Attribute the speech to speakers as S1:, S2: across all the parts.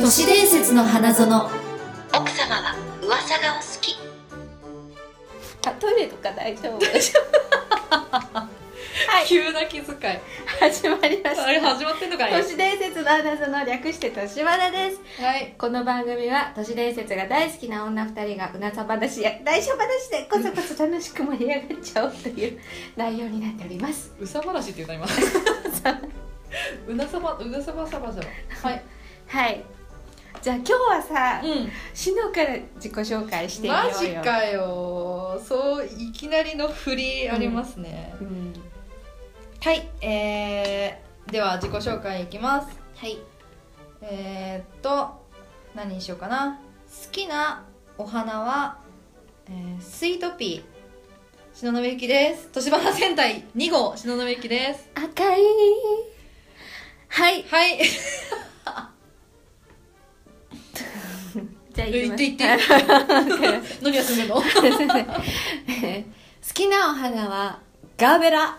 S1: 都市伝説の花園
S2: 奥様は噂がお好き
S3: あトイレとか大丈夫
S4: 急な気遣い。
S3: 始まりまし
S4: あれ
S3: た
S4: 始まってんのかい
S3: 都市伝説の花園略して都市花です
S4: はい。
S3: この番組は都市伝説が大好きな女二人がうなさ話や内緒話でこそこそ楽しく盛り上がっちゃおうと いう内容になっております
S4: うさばらしって言 うな今。うなさば、うなさばさばさば。はい。
S3: はいじゃあ今日はさ、
S4: う
S3: しのから自己紹介して
S4: ん。
S3: みよう
S4: マ
S3: よ
S4: ジかよ。そう、いきなりの振りありますね。
S3: うん
S4: はい。えー、では自己紹介いきます。
S2: はい
S4: えー、っと、何にしようかな。好きなお花は、えー、スイートピー。篠ノゆきです。年花戦隊2号、篠ノゆきです。
S3: 赤いはい
S4: はい。
S3: じゃあ
S4: 言
S3: 行
S4: っ
S3: き
S4: て言って。
S3: ます
S4: 何休んでんの
S3: 好きなお花はガーベラ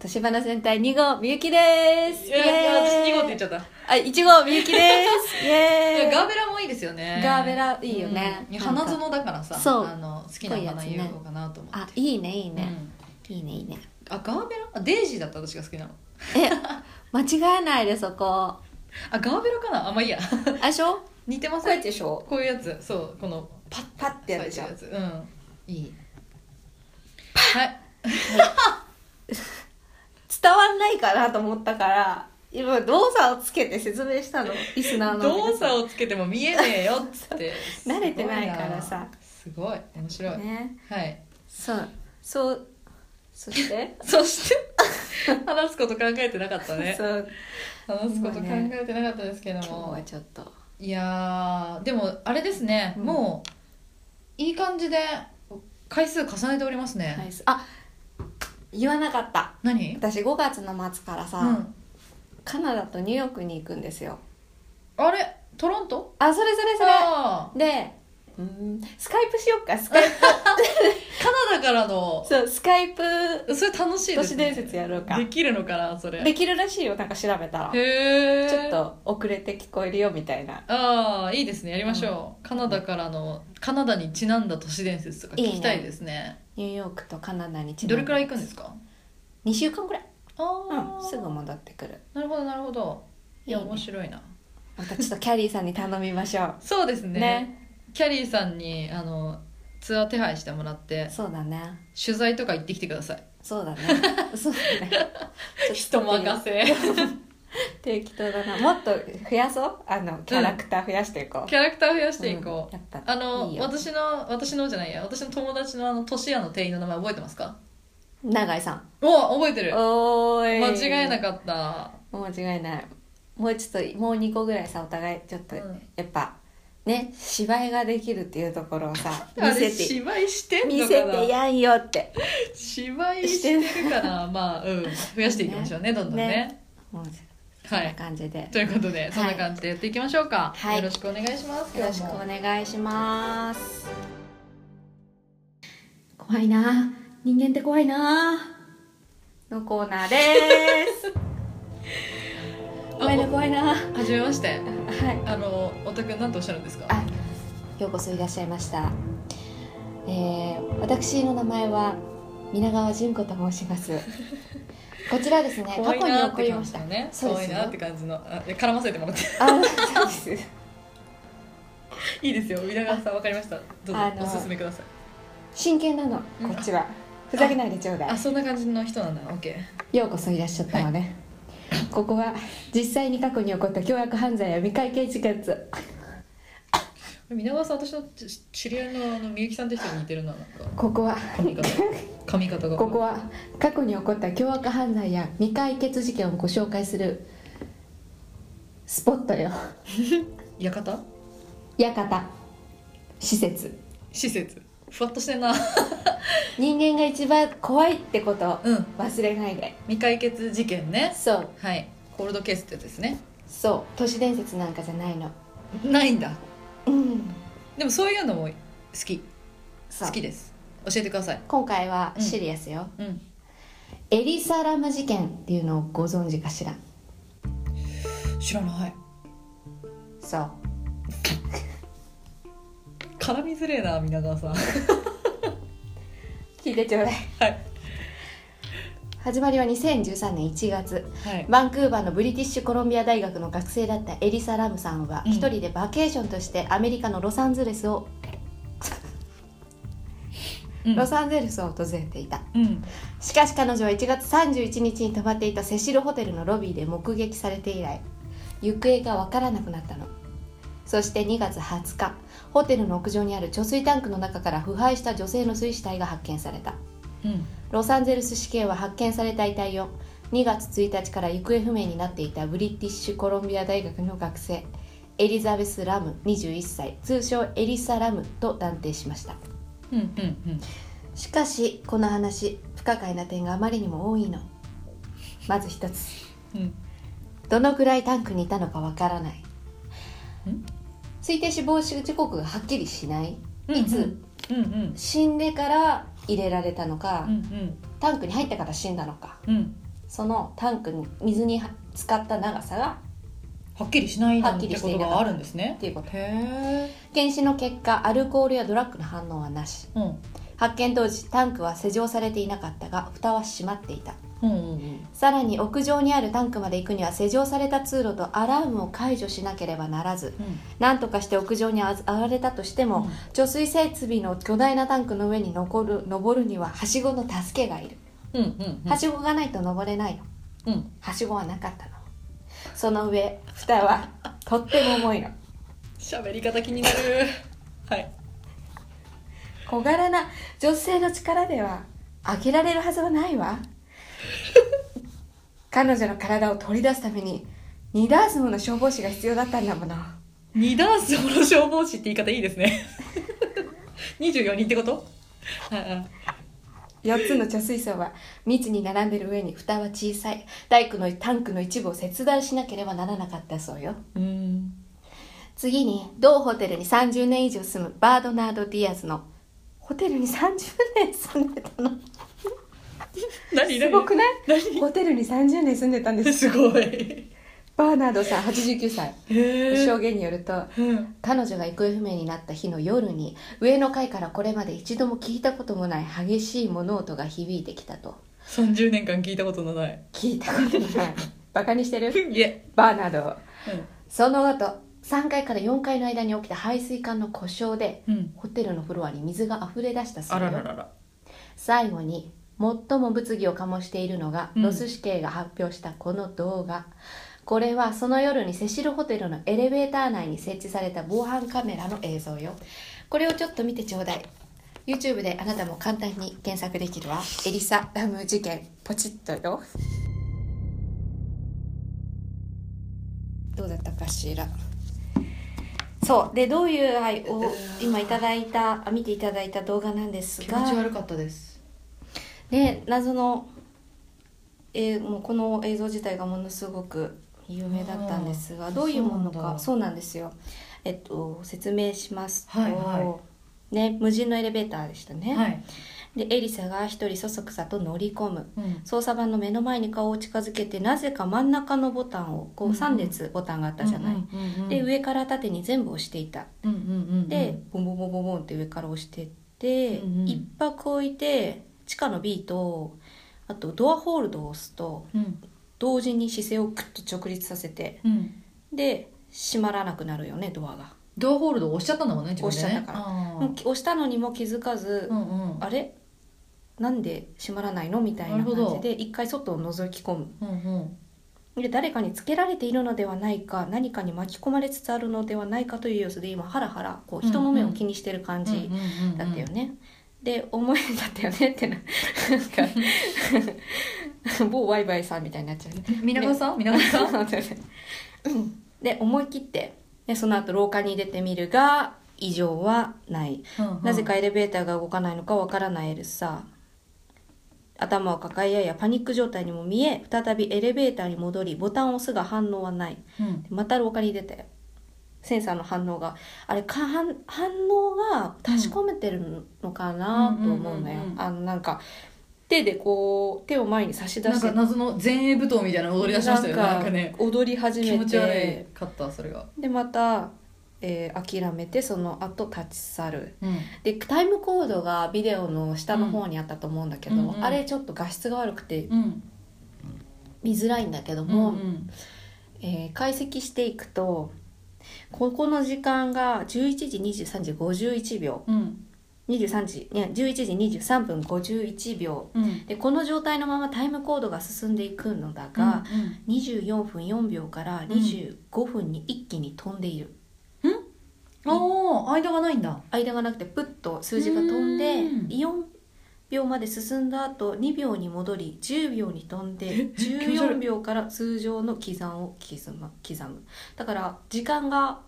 S3: 年花戦隊2号みゆきです
S4: いやいや私2号って言っ
S3: ち
S4: ちゃったい
S3: ゃあ1号みゆき ですイエー
S4: や
S3: イ
S4: ガーベラもいいですよね
S3: ガーベラいいよね
S4: うん
S3: なんか
S4: 花園だからさ
S3: そう
S4: あの好きな花有効かなと思って
S3: あいいねいい
S4: い
S3: ね、いいねいいね
S4: あガーベラあデイジーだった私が好きなの
S3: え間違えないでそこ
S4: あガーベラかなあまあいいや
S3: あれでしょ
S4: 似てません
S3: でしょ
S4: こういうやつそうこのパッ
S3: パッてやるじ
S4: 咲
S3: ゃ
S4: い
S3: ん
S4: てるやつうんいいはい
S3: 伝わんないかなと思ったから今動作をつけて説明したのリスナーの皆さん
S4: 動作をつけても見えねえよっつって
S3: 慣れてないからさ
S4: すごいなすごい面白い、
S3: ね
S4: はい
S3: そうそうそして、
S4: そして 話すこと考えてなかったね
S3: そう
S4: 話すこと考えてなかったですけど
S3: 今日
S4: も、
S3: はちょっと
S4: いやーでもあれですね、
S3: うん
S4: もういい感じで回数重ねておりますね、
S3: 回数あ言わなかった
S4: 何
S3: 私5月の末からさ、
S4: うん、
S3: カナダとニューヨークに行くんですよ
S4: あれトロント
S3: あそれそれそれ
S4: あ
S3: でうーんスカイプしよっかスカイプ
S4: ーカナダからの
S3: そうスカイプ
S4: それ楽しいで
S3: 都
S4: す
S3: 市
S4: ね
S3: 伝説やろうか
S4: できるのかなそれ
S3: できるらしいよなんか調べたらち
S4: へ
S3: ょ
S4: え
S3: っと遅れて聞こえるよみたいな
S4: ああいいですねやりましょう、カナダからのカナダにちなんだ都市伝説とか聞きたいですね
S3: ニューヨークとカナダに
S4: どれくらい行くんですすか
S3: 2週間ぐらい、
S4: ああ、
S3: うん、すぐ戻ってくる
S4: なるほどなるほどいや
S3: いいね
S4: 面白いな
S3: またちょっとキャリーさんに頼みましょう
S4: そうですね
S3: ね
S4: キャリーさんにあのツアー手配してもらって
S3: そうだね
S4: 取材とか行ってきてください
S3: そう だねそうだねちょっと
S4: せ
S3: 適当だなもっと増やそうあのキャラクター増やしていこう、
S4: キャラクター増やしていこう、
S3: うんやっぱ
S4: あの
S3: いいよ
S4: 私の私のじゃないや私の友達のあの年屋の店員の名前覚えてますか
S3: 永井さん
S4: お覚えてる
S3: おーい
S4: 間違えな
S3: っ
S4: かった
S3: た間違いないもうちょっともう2個ぐらいさお互いちょっと、
S4: うん
S3: やっぱね芝居ができるっていうところをさ見
S4: あれ
S3: せて
S4: 芝居してん
S3: 見
S4: の
S3: せ
S4: か
S3: て
S4: な
S3: やんよって
S4: 芝居してるかなまあうん増やしていきましょうねどんどんね
S3: ねもうそ
S4: は
S3: んない感じで、
S4: ということで、そんな感じでやっていきましょうか、
S3: はい
S4: よろしくお願いします
S3: よろしくお
S4: 今日も
S3: 願いします怖いな人間って怖いなのコーナーです 怖いな怖いなは
S4: はじめまして
S3: い
S4: あのおたくんなんておっしゃるんですか
S3: あようこそいらっしゃいましたえー、私の名前は皆川純子と申しますこちらですね過
S4: 怖い
S3: 去に
S4: な
S3: 起
S4: っ
S3: こ
S4: て
S3: り
S4: 感
S3: ま
S4: じ
S3: した
S4: のね
S3: そう
S4: 怖
S3: で
S4: い
S3: す
S4: なっ
S3: よ
S4: て感じのあで絡ませてもらって
S3: あそうです
S4: いいですよ皆川さんわかりましたどうぞ
S3: あの
S4: おすすめください
S3: 真剣なのこっちはふざけないでちょうだい
S4: あそんな感じの人なんだオッケ
S3: ようこそいらっしゃったのね、ここは実際に過去に起こった凶悪犯罪や未解決事件
S4: ー皆川さん私の知知り合いのあのみゆきさんって人に似てるななんか
S3: ここは
S4: 髪型髪型が
S3: ここは過去に起こった凶悪犯罪や未解決事件をご紹介するスポットよ
S4: 館
S3: 館施設
S4: 施設ふわっとしてんな
S3: 人間が一番怖いってこと
S4: うん
S3: 忘れないで
S4: 未解決事件ね
S3: そう
S4: はいコールドケースってやつですね
S3: そう都市伝説なんかじゃないの
S4: ないんだ
S3: うん
S4: でもそういうのも好き
S3: そう
S4: 好きです教えてください
S3: 今回はシリアスよ、
S4: うん
S3: エリサラム事件っていうのをご存知かしら
S4: 知らない
S3: そう
S4: 絡みづれえな皆川さん
S3: 聞いてちょうだい、
S4: はい
S3: 始まりは2013年1月
S4: はい
S3: バンクーバーのブリティッシュコロンビア大学の学生だったエリサ・ラムさんは
S4: うん
S3: 一人でバケーションとしてアメリカのロサンゼルスを、
S4: うん
S3: ロサンゼルスを訪れていた
S4: うん
S3: しかし彼女は1月31日に泊まっていたセシルホテルのロビーで目撃されて以来行方がわからなくなったのそして2月20日ホテルの屋上にある貯水タンクの中から腐敗した女性の水死体が発見された
S4: うん
S3: ロサンゼルス市警は発見された遺体を2月1日から行方不明になっていたブリティッシュコロンビア大学の学生エリザベス・ラム21歳通称エリサ・ラムと断定しました
S4: うんうん
S3: しかしこの話不可解な点があまりにも多いのまず一つ
S4: うんうん
S3: どのくらいタンクにいたのかわからない
S4: ん
S3: 推定死亡時刻がはっきりしないいつ
S4: うんうん
S3: 死んでから入れられたのか、
S4: うんうん
S3: タンクに入ってから死んだのか
S4: うん
S3: そのタンクに水に浸かった長さが
S4: はっきりしないな
S3: は
S4: ん
S3: っき
S4: て
S3: りし
S4: こ
S3: てい
S4: と
S3: なかった
S4: があるんですね
S3: っていうこと
S4: へえ
S3: 検視の結果アルコールやドラッグの反応はなし
S4: うん
S3: 発見当時タンクは施錠されていなかったが蓋は閉まっていた
S4: うんうん
S3: さらに屋上にあるタンクまで行くには施錠された通路とアラームを解除しなければならず
S4: うん
S3: 何とかして屋上にあず上がれたとしても、
S4: うん
S3: 貯水設備の巨大なタンクの上に残る登るにははしごの助けがいる、
S4: うんうん
S3: はしごがないと登れないの
S4: うん
S3: はしごはなかったのその上蓋はとっても重いの
S4: 喋り方気 になるはい
S3: 小柄な女性の力では開けられるはずはない わ彼女の体を取り出すために2ダースもの消防士が必要だったんだもの
S4: 二ダンスもの消防士って言い方いいですね24人ってことはいはい
S3: 4つの貯水槽は密に並んでる上に蓋は小さい大工のタンクの一部を切断しなければならなかったそうよ
S4: うん
S3: 次に同ホテルに30年以上住むバードナード・ディアズのホテルに30年住んでたの
S4: 何
S3: すごくない
S4: 何
S3: ホテルに30年住んでたん です
S4: すごいへ
S3: バーナードさん89歳
S4: え
S3: 証言によると
S4: うん
S3: 彼女が行方不明になった日の夜に上の階からこれまで一度も聞いたこともない激しい物音が響いてきたと
S4: 30年間聞いたことのない
S3: 聞いたこともない バカにしてる
S4: いえ
S3: バーナードを
S4: う
S3: その後3階から4階の間に起きた排水管の故障で
S4: んうん
S3: ホテルのフロアに水が溢れ出したそう
S4: あ
S3: よ
S4: らららら
S3: 最後に最も物議を醸しているのが、
S4: うん
S3: ロス市警が発表したこの動画これはその夜にセシルホテルのエレベーター内に設置された防犯カメラの映像よこれをちょっと見てちょうだい YouTube であなたも簡単に検索できるわエリサ・ラム事件ポチッとよどうだったかしらそうでどういう愛を今いただいたあ見ていただいた動画なんです
S4: 気
S3: が
S4: 持ち悪かったです
S3: ね謎の、えーもうこの映像自体がものすごく有名だったんです
S4: あ
S3: が
S4: ー
S3: どういうもの
S4: そうなん
S3: か
S4: だ
S3: そうなんですよ、えっと、説明しますと、
S4: はいは
S3: ね、無人のエレベーターでしたね、
S4: はい
S3: でエリサが一人そそくさと乗り込む
S4: うん
S3: 操作盤の目の前に顔を近づけてなぜか真ん中のボタンをこう
S4: うんうん
S3: 3列ボタンがあったじゃない、
S4: うんうんうんうん
S3: で上から縦に全部押していた
S4: うんうんうん
S3: で、ボンボンボンボンボンって上から押してって、
S4: うんうん
S3: 一泊置いて地下の B とあとドアホールドを押すと
S4: うん
S3: 同時に姿勢をクッと直立させて
S4: うん
S3: で閉まらなくなるよねドアが、
S4: ドアホールド押しちゃったんだもんね自分でね
S3: 押しちゃったから
S4: あ
S3: もう押したのにも気づかず
S4: ー、うんうん
S3: あれなんで閉まらないのみたいな
S4: なるほど
S3: 感じで一回外を覗き込む
S4: うんうん
S3: で誰かにつけられているのではないか何かに巻き込まれつつあるのではないかという様子で今ハラハラこう人の目を気にしてる感じ、だったよね、で思いだったよねってななんか某ワイワイさんみたいになっちゃうね
S4: 皆川さん皆川 さ
S3: う
S4: ん
S3: んで思い切ってでその後廊下に出てみるが異常はない、なぜかエレベーターが動かないのかわからないエルサ頭を抱えややパニック状態にも見え再びエレベーターに戻りボタンを押すが反応はない
S4: うん
S3: また廊下に出てセンサーの反応があれか反反応が確かめてるのかなと思うのよ
S4: うんうんうんうん
S3: あのなんか手でこう手を前に差し出
S4: なん
S3: して
S4: か謎の前衛舞踏みたいなの踊り出しましたよね
S3: な
S4: なんん
S3: か
S4: かね
S3: 踊り始
S4: 気
S3: め
S4: 持ち悪
S3: て
S4: かったそれが
S3: でまたえー諦めてその後立ち去る
S4: うん
S3: でタイムコードがビデオの下の方にあったと思うんだけど、
S4: うんうん
S3: あれちょっと画質が悪くて
S4: うん
S3: 見づらいんだけども、
S4: もう、ん
S3: えー解析していくとここの時間が11時23時51秒
S4: うん
S3: 23時いや11時23分51秒
S4: うん、
S3: でこの状態のままタイムコードが進んでいくのだ
S4: が
S3: が、、24分4秒から25分に一気に飛んでいる、
S4: うん、おー間がないんだ
S3: 間がなくてプッと数字が飛んで
S4: うん
S3: 4秒まで進んだ後2秒に戻り10秒に飛んで
S4: 気持ち悪
S3: 14
S4: い
S3: 秒から通常の刻んを刻む刻むだから時間が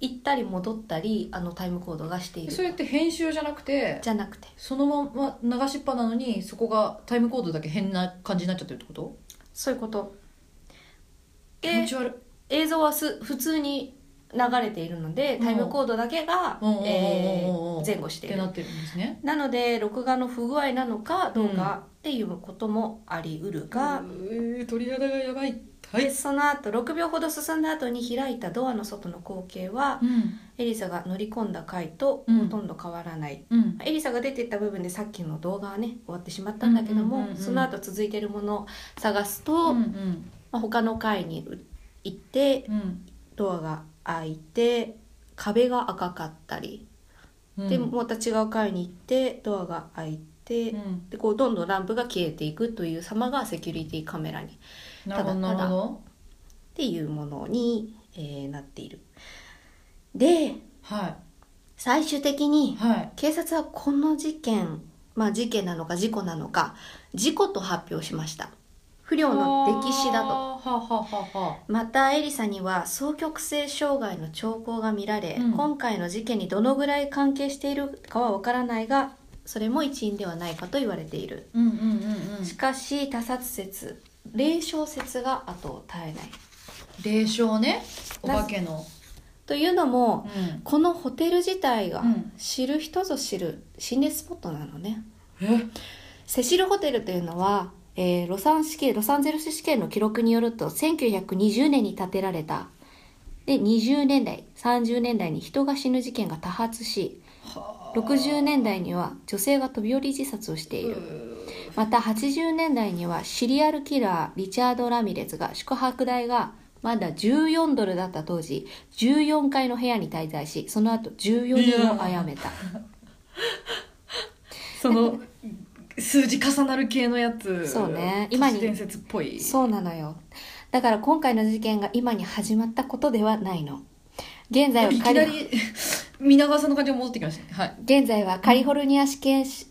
S3: 行ったり戻ったりあのタイムコードがしてい
S4: それっ
S3: る
S4: て編集じゃなくて
S3: じゃなくて
S4: そのまま流しっぱなのにそこがタイムコードだけ変な感じになっちゃってるってこと
S3: そういうこと
S4: 気持
S3: で
S4: ち悪い
S3: 映像はす普通に流れているのでタイムコードだけが、
S4: うん
S3: え
S4: うんうんうんうん
S3: ー前後し
S4: って
S3: い
S4: て
S3: る
S4: なってるんですね
S3: なので録画の不具合なのかどうかっていうこともありうるが、
S4: えー、鳥肌がやばいは
S3: でその後6秒ほど進んだ後に開いたドアの外の光景は
S4: うん
S3: エリサが乗り込んだ回と
S4: うん
S3: ほとんど変わらない、
S4: うん
S3: エリサが出てった部分でさっきの動画はね終わってしまったんだけども、
S4: うんうんうんうん
S3: その後続いてるものを探すと、
S4: うん
S3: ま
S4: うん
S3: あ、他の回に行って
S4: うん
S3: ドアが開いて壁が赤かったり、
S4: うん
S3: でまた違う回に行ってドアが開いて、
S4: うん
S3: でこうどんどんランプが消えていくという様がセキュリティカメラにっ
S4: なるほど
S3: ただ
S4: なるほど
S3: ていうものに、えーなっているで
S4: は
S3: 最終的
S4: い
S3: に
S4: はい
S3: 警察はこの事件まあ事件なのか事故なのか事故と発表しました不良の溺死だと
S4: はあはあはあはあ
S3: またエリサには双極性障害の兆候が見られ、
S4: うん
S3: 今回の事件にどのぐらい関係しているかはわからないがそれも一因ではないかと言われている
S4: うんうんうんうん
S3: しかし他殺説霊障説が後を絶えない
S4: 霊障ねお化けの
S3: というのも
S4: うん
S3: このホテル自体が
S4: うん
S3: 知る人ぞ知る心霊スポットなのね
S4: え
S3: セシルホテルというのは、えーロサン試験ロサンゼルス試験の記録によると1920年に建てられたで20年代30年代に人が死ぬ事件が多発し
S4: はあ
S3: 60年代には女性が飛び降り自殺をしているまた80年代にはシリアルキラーリチャード・ラミレスが宿泊代がまだ14ドルだった当時14階の部屋に滞在しその後14人を殺めた
S4: その数字重なる系のやつ
S3: そうね
S4: 今
S3: 今
S4: に
S3: に
S4: 伝説っぽい
S3: そうなのよだから今回の事件が今に始まったことではないの現在はいカ
S4: きな
S3: リ
S4: り皆川さんの感じが戻ってきましたねはい
S3: 現在はカリフォルニア試験し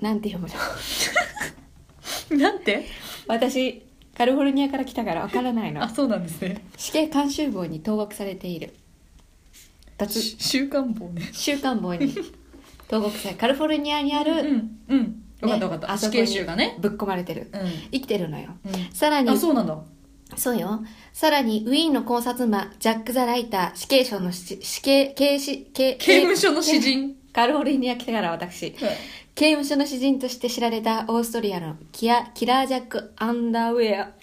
S3: なんて読むの
S4: なんて
S3: 私カリフォルニアから来たからわからないの
S4: あそうなんですね
S3: 死刑監修房に投獄されている脱
S4: し週刊棒ね
S3: 週刊棒に投獄されカリフォルニアにあ
S4: う
S3: る、
S4: んうん分かった分かった
S3: あ
S4: 死
S3: そこ
S4: 刑
S3: に
S4: 囚がね
S3: ぶっ込まれてる
S4: うん
S3: 生きてるのよ
S4: う
S3: さら
S4: ん
S3: に
S4: あそうなんだ
S3: そうよさらにウィーンの考察魔ジャック・ザ・ライター死刑囚のし死刑刑死刑
S4: 刑務所の詩人
S3: カリフォルニア来てから私刑務所の詩人として知られたオーストリアのキアキラージャック・アンダーウェア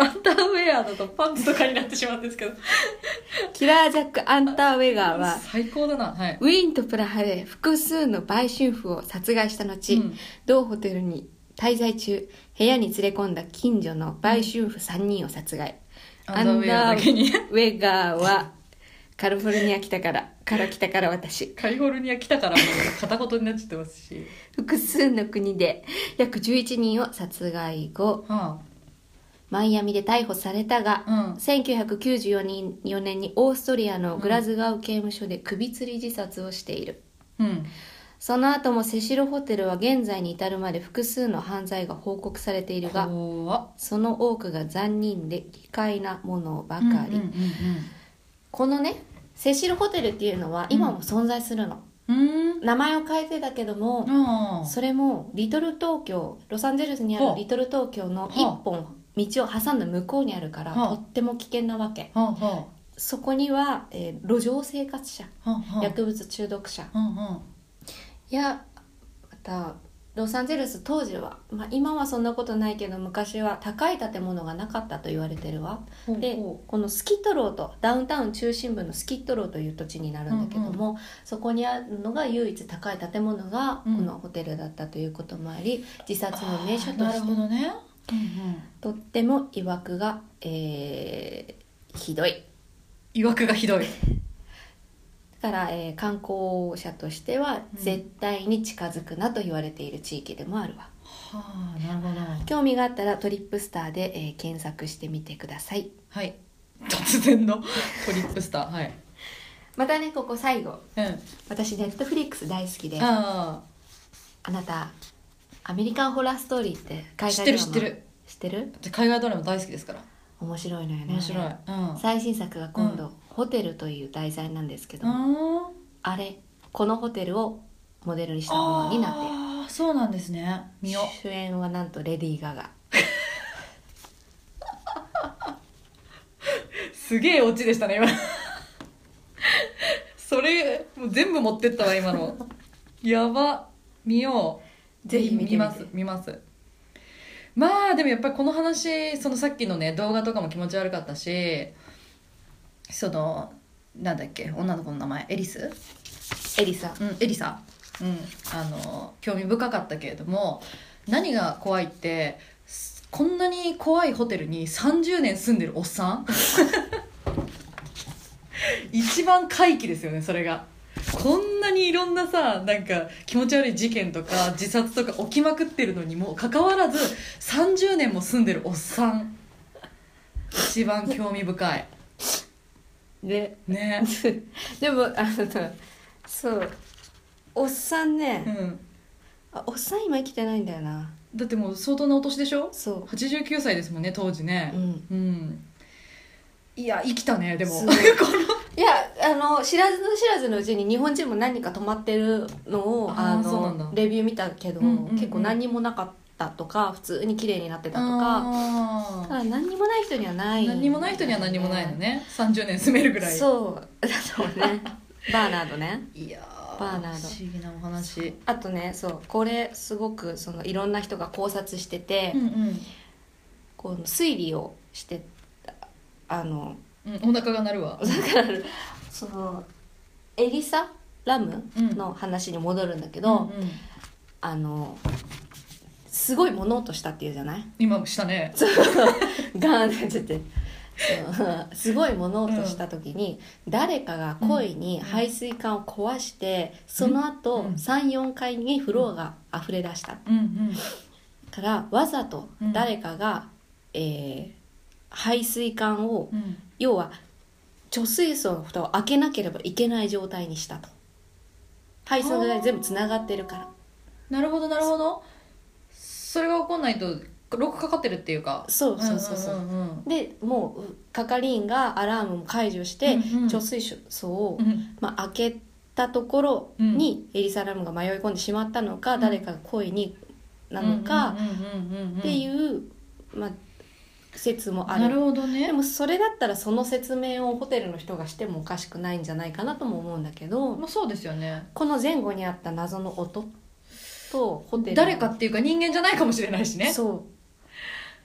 S4: アンダーウェアだとパンツとかになってしまうんですけど
S3: キラージャック・アンダーウェガーは
S4: 最高だなはい
S3: ウィーンとプラハで複数の売春婦を殺害した後、
S4: うん
S3: 同ホテルに滞在中部屋に連れ込んだ近所の売春婦3人を殺害、
S4: アンダーウェアだけに
S3: アンダーウェガーはカリフォルニア来たからから来たから私
S4: カリフォルニア来たからもう片言になっちゃってますし
S3: 複数の国で約11人を殺害後
S4: は
S3: マイアミで逮捕されたが、
S4: あうん
S3: 1994年4年にオーストリアのグラズガウ刑務所で首吊り自殺をしている、
S4: うん
S3: その後もセシルホテルは現在に至るまで複数の犯罪が報告されているが
S4: 怖っ
S3: その多くが残忍で奇怪なものばかり、
S4: うん
S3: このねセシルホテルっていうのは今も存在するの、
S4: うんうんうん
S3: 名前を変えてだけども、
S4: ああ
S3: それもリトル東京ロサンゼルスにあ
S4: はあ
S3: るリトル東京の一本道を挟んだ向こうにあるから
S4: は
S3: と
S4: あ
S3: っても危険なわけ
S4: はあは
S3: そこには、えー路上生活者
S4: あはあはあ
S3: 薬物中毒者
S4: うんうん
S3: やまたロサンゼルス当時は、まあ、今はそんなことないけど昔は高い建物がなかったと言われてるわで
S4: ほ
S3: このスキットローとダウンタウン中心部のスキットローという土地になるんだけども、そこにあるのが唯一高い建物がこ
S4: うん
S3: のホテルだったということもあり、自殺の名所
S4: あー
S3: と
S4: な
S3: し
S4: る
S3: て
S4: ほどね、
S3: とってもいわくが、えーひどい
S4: いわくがひどい
S3: だから、えー観光者としては
S4: うん
S3: 絶対に近づくなと言われている地域でもあるわ、
S4: はあなるほど
S3: 興味があったらトリップスターで、えー検索してみてください
S4: はい突然のトリップスターはい
S3: またねここ最後
S4: うん
S3: 私ネットフリックス大好きであ
S4: あ
S3: なたアメリカンホラーストーリーって海
S4: 知
S3: 外
S4: って
S3: ド
S4: る
S3: ラマ
S4: 知ってる
S3: 知ってる
S4: あ海外ドラマ大好きですから
S3: 面白いのよね
S4: 面白い、うん、
S3: あれ
S4: あ
S3: 最新作が今度、
S4: う
S3: ホテルという題材なんですけども、
S4: ー
S3: あれこのホテルをモデルにしたものになっている
S4: あーそうなんですね見よ
S3: 主演はなんとレディー・ガガ
S4: うすげえオチでしたね今それもう全部持ってったわ今のやば見よう
S3: ぜひ見てみて
S4: ます見ますまあでもやっぱりこの話そのさっきのね動画とかも気持ち悪かったしそのなんだっけ女の子の名前エリス
S3: エリさん
S4: うん、エリさん、うん、あの興味深かったけれども何が怖いってすこんなに怖いホテルに30年住んでるおっさん 一番怪奇ですよねそれがこんなにいろんなさなんか気持ち悪い事件とか自殺とか起きまくってるのにもかかわらず30年も住んでるおっさん一番興味深い
S3: で
S4: ね
S3: でもあのそうおっさんね、
S4: うん
S3: あおっさん今生きてないんだよな
S4: だってもう相当なお年でしょ
S3: そ
S4: 89歳ですもんね当時ね
S3: ううん
S4: うんいや生きたねでも
S3: すごいいやあの知らず知らずのうちに日本人も何人か泊まってるのを
S4: あー
S3: あ
S4: そうなんだ
S3: のレビュー見たけど、
S4: うんうんうん
S3: 結構何にもなかったとか普通に綺麗になってたとか
S4: あ
S3: た
S4: ー
S3: だ何にもない人にはない
S4: 何にもない人には何にもないのね30年住めるぐらい
S3: そうだ そうねバーナードね
S4: いやー
S3: バーナード
S4: 不思議なお話
S3: あとねそうこれすごくそのいろんな人が考察してて、
S4: うんうん
S3: こう推理をしてあの
S4: うん、お腹が鳴るわ
S3: そのエリサ・ラムの話に戻るんだけど、
S4: うんうん
S3: あのすごい物音したっていうじゃない
S4: 今したね
S3: ガーンってやってそうすごい物音した時に、誰かが故意に排水管を壊して、その後、
S4: うん
S3: 34回にフロアが溢れ出した
S4: うんうん
S3: からわざと誰かが、えー排水管を
S4: うん
S3: 要は貯水槽の蓋を開けなければいけない状態にしたと排水が全部つながってるから
S4: なるほどなるほどそれが起こんないとロックかかってるっていうか
S3: そうそうそうそう,、
S4: んうん
S3: でもうう係員がアラームも解除して、
S4: うんうん
S3: 貯水槽を、
S4: うんうん
S3: まあ、開けたところにエリサ・ラムが迷い込んでしまったのか、
S4: ん
S3: 誰かが故意になのか
S4: うんうんうんうんうん
S3: っていう、まあ、説もあ
S4: なる
S3: る。
S4: ほどね
S3: でもそれだったらその説明をホテルの人がしてもおかしくないんじゃないかなとも思うんだけど、
S4: まあ、そうですよね
S3: この前後にあった謎の音とホテルの
S4: 誰かっていうか人間じゃないかもしれないしね
S3: そう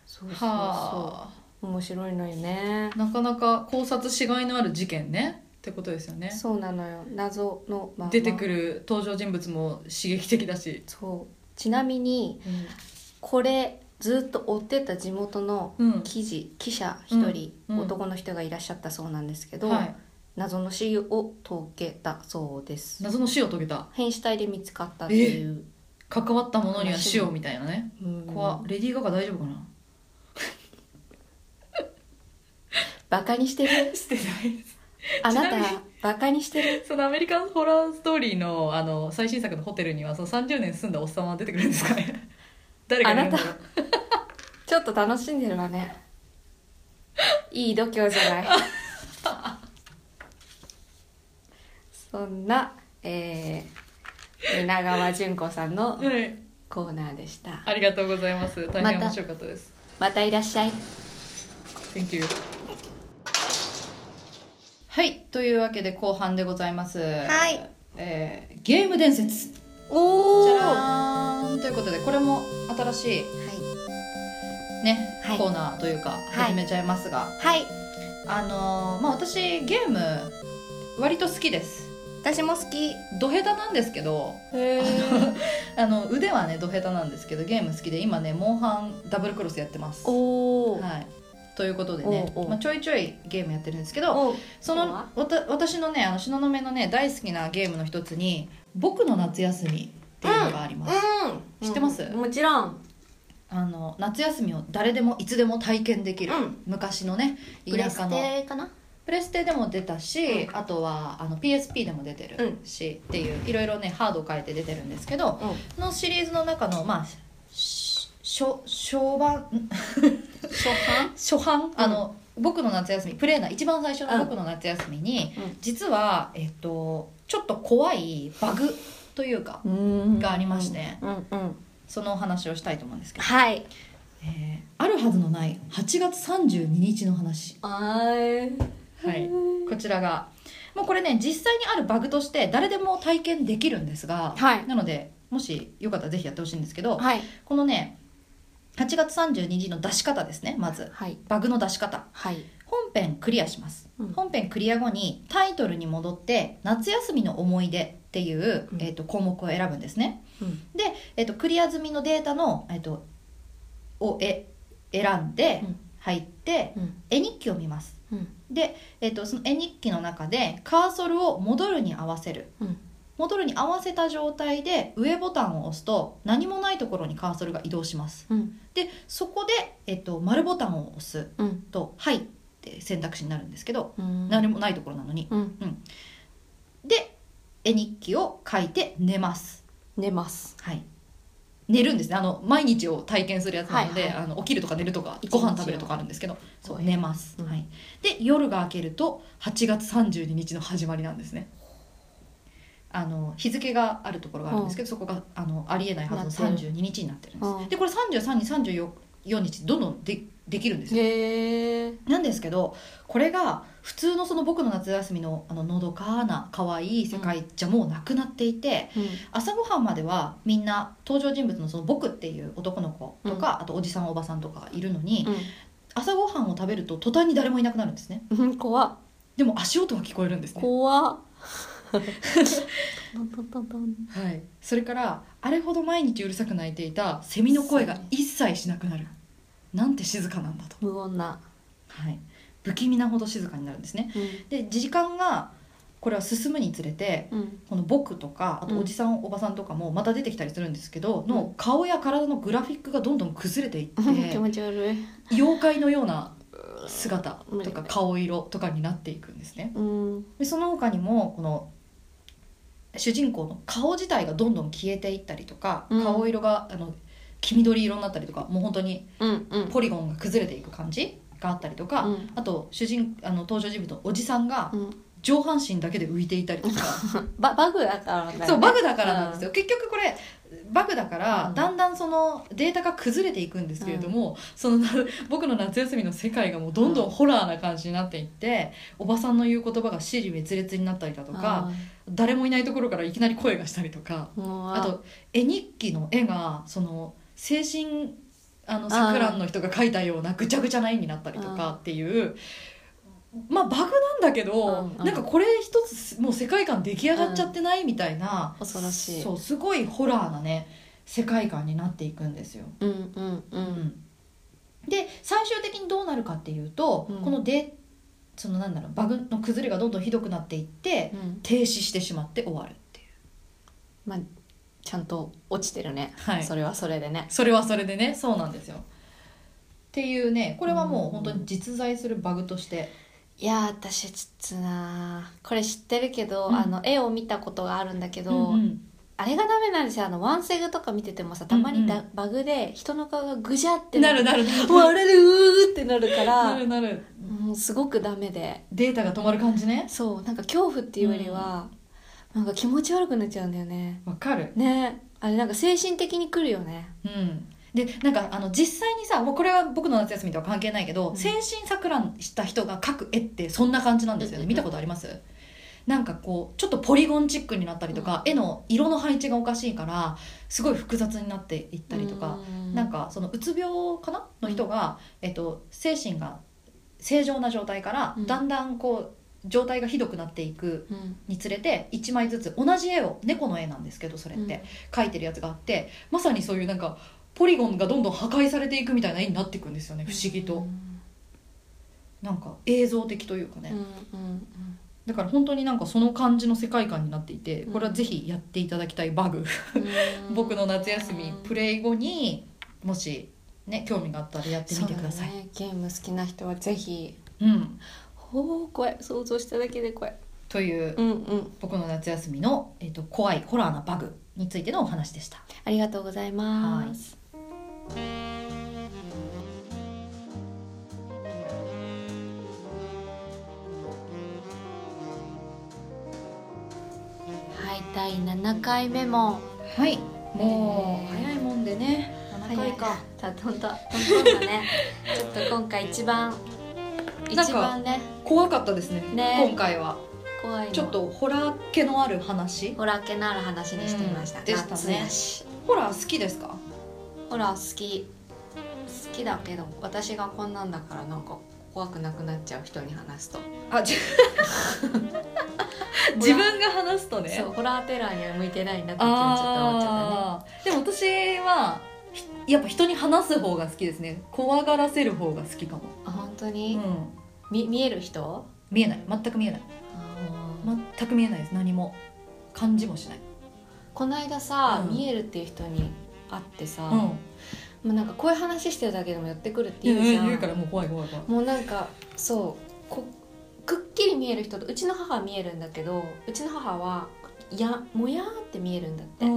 S3: そうそうそ
S4: はあ
S3: う面白いのよね
S4: なかなか考察しがいのある事件ねってことですよね、
S3: そうなのよ謎の、まあ
S4: 出て
S3: ま
S4: く
S3: あ
S4: る登場人物も刺激的だし、
S3: そうちなみにこれずっと追ってた地元の
S4: うん
S3: 記事記者一人、
S4: うんうん
S3: 男の人がいらっしゃったそうなんですけど、
S4: はい、
S3: 謎の死を解けたそうです
S4: 謎の死を遂げた
S3: 変死体で見つかったっていう、
S4: 関わったものには死をみたいなね
S3: うん
S4: 怖っレディー・ガガ大丈夫かな
S3: バカにしてる
S4: してないです
S3: あなた
S4: ちなみに
S3: バカにしてる
S4: そのアメリカンホラーストーリーのあの最新作のホテルにはその30年住んだおっさんは出てくるんですかね 誰がいるんだろう
S3: ちょっと楽しんでるわねいい度胸じゃない そんな、えー、皆川淳子さんの
S4: はい、
S3: コーナーでした
S4: ありがとうございます大変面白かったです、
S3: またいらっしゃい
S4: Thank you はいというわけで後半でございます
S1: はい
S4: えーゲーム伝説
S3: お
S4: じゃ
S3: ー
S4: らーんということでこれも新しい、ね
S1: はい
S4: コーナーというか
S1: い
S4: 始めちゃいますが、
S1: はい
S4: あのーまあ私ゲーム割と好きです
S1: 私も好き
S4: ド下手なんですけど
S3: へー
S4: あの腕はねド下手なんですけどゲーム好きで今ねモンハンダブルクロスやってます は
S3: おー
S4: いということでね
S3: おうおう
S4: まあ、ちょいちょいゲームやってるんですけど
S3: おそ
S4: そ
S3: う
S4: の
S3: は
S4: わた私のねあの東雲のね大好きなゲームの一つに「僕の夏休み」っていうのがあります、
S3: うん
S4: 知ってます
S3: もちろん
S4: あの夏休みを誰でもいつでも体験できる、
S3: うん
S4: 昔のね
S1: プレ
S4: 田
S1: ス
S4: 舎の
S1: テかな
S4: プレステでも出たし、
S3: う
S4: あとはあの PSP でも出てるし、っていういろいろねハードを変えて出てるんですけど、そのシリーズの中のまあししょ初版
S3: 初
S4: ん
S3: 版
S4: 初版、あの僕の夏休みプレーな一番最初の僕の夏休みに、
S3: うん
S4: 実は、えっと、ちょっと怖いバグというか、がありまして
S3: うんうん
S4: そのお話をしたいと思うんですけど、
S3: はい
S4: えーあるはずのない8月32日の話。
S3: あー
S4: はい、こちらがもうこれね実際にあるバグとして誰でも体験できるんですが、
S3: はい
S4: なのでもしよかったらぜひやってほしいんですけど、
S3: はい
S4: このね8月32日の出し方ですねまず
S3: はい
S4: バグの出し方
S3: はい
S4: 本編クリアします、
S3: うん
S4: 本編クリア後にタイトルに戻って「夏休みの思い出」っていう、
S3: うん
S4: えー、と項目を選ぶんですね、
S3: うん
S4: で、えー、とクリア済みのデータの、えー、とをえ選んで
S3: うん
S4: 入って、
S3: うん
S4: 絵日記を見ます
S3: うん
S4: で、えっとその絵日記の中でカーソルを戻るに合わせる、
S3: うん
S4: 戻るに合わせた状態で上ボタンを押すと何もないところにカーソルが移動します
S3: うん
S4: でそこで、えっと丸ボタンを押す
S3: うん
S4: と「はい」って選択肢になるんですけど
S3: うん
S4: 何もないところなのに
S3: うん
S4: で絵日記を書いて寝ます
S3: 寝ます
S4: はい寝るんですねあの毎日を体験するやつなので、
S3: はいはい
S4: あの起きるとか寝るとか
S3: 一日
S4: ご
S3: を
S4: 飯食べるとかあるんですけどそう
S3: はい
S4: 寝ます、
S3: うん
S4: はい、で夜が明けると8月32日の始まりなんですねあの日付があるところがあるんですけど、そこがあのありえないはずの
S3: なって
S4: 32日になってるんです、
S3: うん
S4: でこれ33日34日どんどんでできるんですよ
S3: へえ
S4: なんですけどこれが普通のその僕の夏休みのあののどかな可愛い世界じゃもうなくなっていて、朝ごはんまではみんな登場人物のその僕っていう男の子とか、あとおじさんおばさんとかいるのに、朝ごはんを食べると途端に誰もいなくなるんですね
S3: うん怖っ
S4: でも足音は聞こえるんですね、
S3: 怖っトントントントン
S4: はい、それからあれほど毎日うるさく鳴いていたセミの声が一切しなくなるなんて静かなんだと、
S3: 無音な、
S4: はい、不気味なほど静かになるんですねで時間がこれは進むにつれて
S3: うん
S4: この僕とかあとおじさん、おばさんとかもまた出てきたりするんですけど、の顔や体のグラフィックがどんどん崩れてい って
S3: うん、気持ち悪い、
S4: 妖怪のような姿
S3: 無
S4: と
S3: 理
S4: か顔色とかになっていくんですね
S3: うん、
S4: でその他にもこの主人公の顔自体がどんどん消えていったりとか、
S3: うん
S4: 顔色があの黄緑色になったりとかもう本当に
S3: うんうん
S4: ポリゴンが崩れていく感じがあったりとか、
S3: うん
S4: あと主人あの登場人物のおじさんが
S3: うん
S4: 上半身だけで浮いていたりとか。
S3: ババグだからだよね
S4: そうバグだからなんですよ、結局これバグだから、
S3: うん
S4: だんだんそのデータが崩れていくんですけれども、そのな僕の夏休みの世界がもうどんどんホラーな感じになっていって、おばさんの言う言葉が支離滅裂になったりだとか、誰もいないところからいきなり声がしたりとか、
S3: あーもう
S4: あと絵日記の絵がその精神あの錯乱の人が描いたようなぐちゃぐちゃな絵になったりとかっていう。まあ、バグなんだけど、
S3: うんうん
S4: なんかこれ一つもう世界観出来上がっちゃってないみたいな、
S3: 恐ろしい
S4: そうすごいホラーなね世界観になっていくんですよ。
S3: うんうんう
S4: うんんで最終的にどうなるかっていうと、
S3: うん
S4: このでそのなんだろうバグの崩れがどんどんひどくなっていって
S3: うん
S4: 停止してしまって終わるっていう。
S3: まあちゃんと落ちてるね、
S4: はい
S3: それはそれでね
S4: それはそれでねそうなんですよっていうねこれはもう本当に実在するバグとして、
S3: いやー私ちょっとなーこれ知ってるけど、
S4: うん
S3: あの絵を見たことがあるんだけど、
S4: うんうん
S3: あれがダメなんですよあのワンセグとか見ててもさたまにだ、
S4: うん
S3: バグで人の顔がぐじゃって
S4: なるなるなる
S3: 割れるーってなるか
S4: な
S3: ら
S4: るな る
S3: もうすごくダメで
S4: データが止まる感じね
S3: そうなんか恐怖っていうよりは、なんか気持ち悪くなっちゃうんだよね
S4: わかる
S3: ねあれなんか精神的にくるよね
S4: うんでなんかあの実際にさもうこれは僕の夏休みとは関係ないけど、
S3: うん
S4: 精神錯乱した人が描く絵ってそんな感じなんですよね、
S3: うん
S4: 見たことありますなんかこうちょっとポリゴンチックになったりとか、絵の色の配置がおかしいからすごい複雑になっていったりとか、なんかそのうつ病かなの人が、えっと、精神が正常な状態から
S3: うん
S4: だんだんこう状態がひどくなっていく
S3: うん
S4: につれて1枚ずつ同じ絵を猫の絵なんですけどそれって、描いてるやつがあってまさにそういうなんかポリゴンがどんどん破壊されていくみたいな絵になっていくんですよね不思議と、なんか映像的というかね、
S3: うんうん
S4: だから本当になんかその感じの世界観になっていてこれはぜひやっていただきたいバグ、
S3: うん
S4: 僕の夏休みプレイ後にもしね興味があったらやってみてください
S3: そうねゲーム好きな人はぜひ
S4: うん
S3: ほう怖い想像しただけで怖い
S4: という
S3: うんうん
S4: 僕の夏休みの、えっと怖いホラーなバグについてのお話でした
S3: ありがとうございますはい第7回目も
S4: はい
S3: もう
S4: 早いもんでね7回か
S3: たとんととんとんだねちょっと今回一番
S4: なんか
S3: 一番ね
S4: 怖かったですね
S3: ね
S4: 今回は
S3: 怖いの
S4: ちょっとホラー気のある話
S3: ホラー系のある話にしてみました、
S4: うんでしたね
S3: 夏やし
S4: ホラー好きですか
S3: ホラー好き好きだけど私がこんなんだからなんか怖くなくなっちゃう人に話すと、
S4: あ じ自分が話すとね
S3: そうホラーテラーには向いてないなって気持ちょっと思っちゃっ
S4: あーでも私はひやっぱ人に話す方が好きですね怖がらせる方が好きかも、
S3: たねあ本当
S4: う
S3: に、
S4: ん、
S3: み見える人
S4: 見えない全く見えない
S3: ま
S4: 全く見えないです何も感じもしない、
S3: この間さ、
S4: うん
S3: 見えるっていう人に会ってさ、
S4: うん
S3: もうなんかこういう話してるだけでも寄ってくるって
S4: 言
S3: 言
S4: う
S3: うじゃん、
S4: 言うからもう怖い怖い怖い
S3: もうなんかそうこくっきり見える人とうちの母は見えるんだけどうちの母はいやもやーって見えるんだって、
S4: あ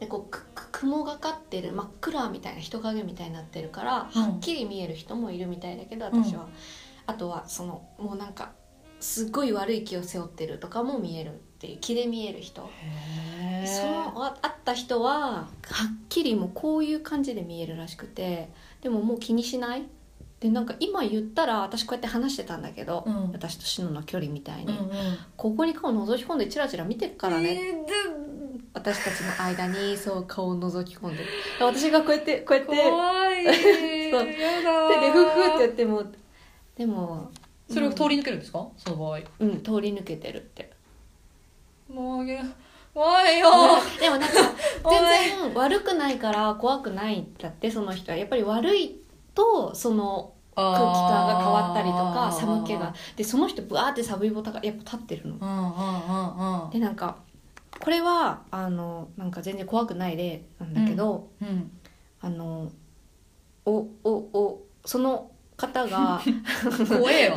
S3: でこうくく雲がかってる真っ暗みたいな人影みたいになってるから
S4: ー、う
S3: くっ
S4: ん
S3: きり見える人もいるみたいだけど私は、あとはそのもうなんかすごい悪い気を背負ってるとかも見えるっていう気で見える人
S4: へー
S3: そのあ会った人ははっきりもうこういう感じで見えるらしくてでももう気にしないでなんか今言ったら私こうやって話してたんだけど、
S4: うん
S3: 私とシノの距離みたいに、
S4: うんうん
S3: ここに顔覗き込んでチラチラ見てるからね、
S4: えー
S3: 私たちの間にそう顔を覗き込んで私がこうやってこうやって
S4: で怖い
S3: そう
S4: やだ
S3: 手
S4: ー
S3: でフフってやってもでも
S4: それを通り抜けるんですかその場合
S3: うん通り抜けてるって
S4: もういや怖いよ
S3: でもなんか全然悪くないから怖くないんだってその人はやっぱり悪いとその
S4: 空
S3: 空気感が変わったりとか寒気がでその人ブワーってサブイボタがやっぱ立ってるの
S4: うんうんうんうん
S3: でなんかこれはあのなんか全然怖くない例なんだけど、
S4: うん
S3: あのおおおその方 が
S4: 怖 えわ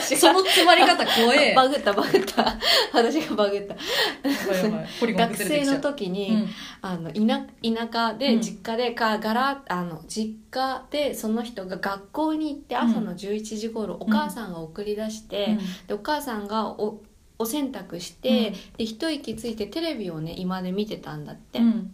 S4: その詰まり方怖え
S3: バグったバグった 私がバグった
S4: ポリゴン
S3: 学
S4: 崩れ
S3: 生
S4: てきちゃ
S3: の
S4: う
S3: 時に、
S4: うん
S3: あの田田舎
S4: う
S3: で
S4: ん
S3: 実家でか、ガラあの実家でその人が学校に行って朝の11時頃、お母さんが送り出して、でお母さんがおお洗濯して、
S4: うん
S3: で一息ついてテレビをね今で見てたんだって、
S4: うん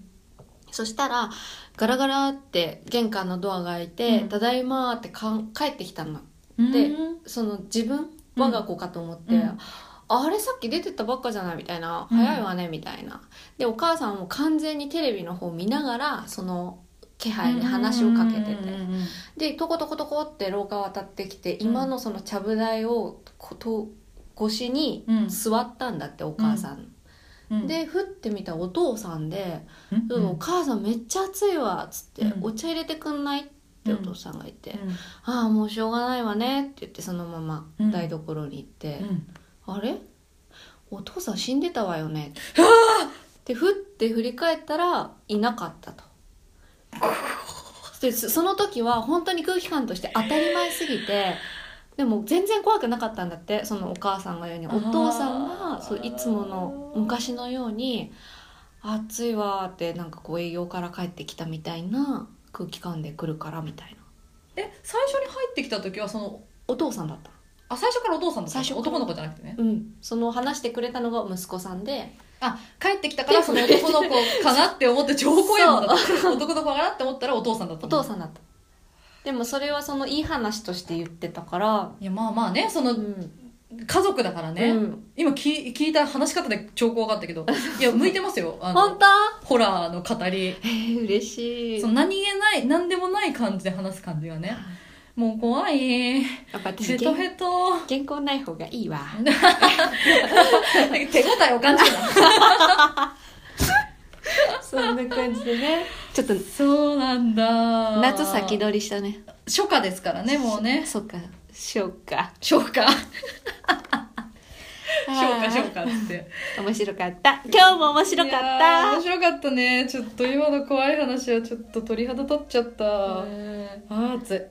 S3: そしたらガラガラって玄関のドアが開いて「
S4: うん
S3: ただいま」ってかん帰ってきたの
S4: うん
S3: で
S4: うん
S3: その自分我が子かと思って、
S4: うん
S3: あれさっき出てったばっかじゃないみたいな
S4: うん
S3: 早いわねみたいな、でお母さんも完全にテレビの方見ながらその気配に話をかけてて、
S4: うんうん
S3: でトコトコトコって廊下を渡ってきて今のそのちゃぶ台をこと越しに
S4: うん
S3: 座ったんだってお母さん、
S4: うん
S3: でふってみたらお父さんで「
S4: うん
S3: お母さんめっちゃ暑いわ」っつって、
S4: うん
S3: お茶入れてくんない?」ってお父さんが言って
S4: うん
S3: 「ああもうしょうがないわね」って言ってそのまま
S4: うん
S3: 台所に行って
S4: うん
S3: 「あれお父さん死んでたわよね」でふって振り返ったらいなかったと。でそその時は本当に空気感として当たり前すぎてでも全然怖くなかったんだってそのお母さんが言うにお父さん
S4: あー
S3: がそういつもの昔のように「暑いわ」ってなんかこう営業から帰ってきたみたいな空気感で来るからみたいな
S4: え最初に入ってきた時はその
S3: お父さんだった
S4: あ最初からお父さんだった
S3: 最初から
S4: 男の子じゃなくてね
S3: うん、その話してくれたのが息子さんで
S4: あ帰ってきたからその男の子かなって思って超怖いもんだった 男の子かなって思ったらお父さんだった
S3: お父
S4: ん
S3: さんだったでもそれはそのいい話として言ってたから、
S4: いやまあまあねその
S3: うん、
S4: 家族だからね、
S3: うん
S4: 今聞聞いた話し方で超怖かった けどいや向いてますよあ
S3: 本
S4: の
S3: 当
S4: ホラーの語り
S3: えー、嬉しい
S4: その何気ない何でもない感じで話す感じがねもう怖い
S3: やっぱ私
S4: ヘト
S3: 健
S4: ヘト
S3: 健康ない方がいいわ
S4: 手応えを感じる
S3: そんな感じでねちょっと
S4: そうなんだ
S3: 夏先取りしたね
S4: 初夏ですからねもうね
S3: そっかしょうか
S4: 初夏
S3: あ
S4: 初夏初夏って
S3: ー面白かった今日も面白かっ
S4: いやー面
S3: た
S4: 白かったねちょっと今の怖い話はちょっと鳥肌立っちゃった、あー熱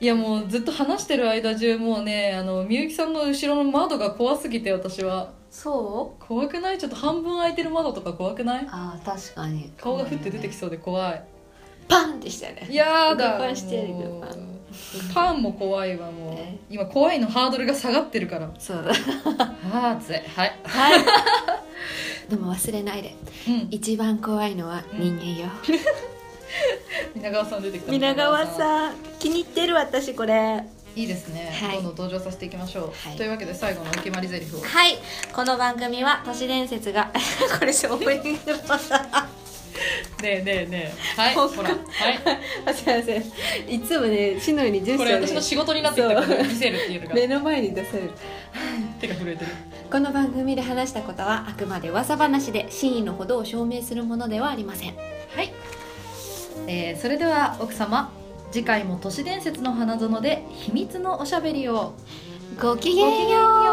S4: いいやもうずっと話してる間中もうねあのみゆきさんの後ろの窓が怖すぎて私は
S3: そう
S4: 怖くないちょっと半分開いてる窓とか怖くない
S3: あー確かに
S4: 顔がふって出てきそうで怖い
S3: パンでしたね
S4: やだ
S3: パンしてるよ
S4: もう
S3: パン
S4: パンも怖いわもう
S3: ね
S4: 今怖いのハードルが下がってるから
S3: そうだ
S4: あー熱いはい、
S3: はい でも忘れないで
S4: うん、
S3: 一番怖いのは人間よ
S4: 皆川さん出てきた
S3: 皆川さん気に入ってる私これ
S4: いいですね、
S3: はい
S4: どんどん登場させていきましょう、
S3: はい
S4: というわけで最後のお決まり台詞を
S3: はいこの番組は都市伝説が これしょぼいングパターン
S4: ねえねえねえはい
S3: ほん
S4: ほらはい
S3: すいませんいつもねしのにジェス
S4: こ
S3: チ
S4: れ
S3: ャ
S4: 私の
S3: ー
S4: 仕事になってきたから見せるっていうのが
S3: で目の前に出される
S4: 手が震えてる
S3: この番組で話したことはあくまで噂話で真意のほどを証明するものではありません
S4: はい、えーそれでは奥様次回も都市伝説の花園で秘密のおしゃべりを
S3: ごきげんよう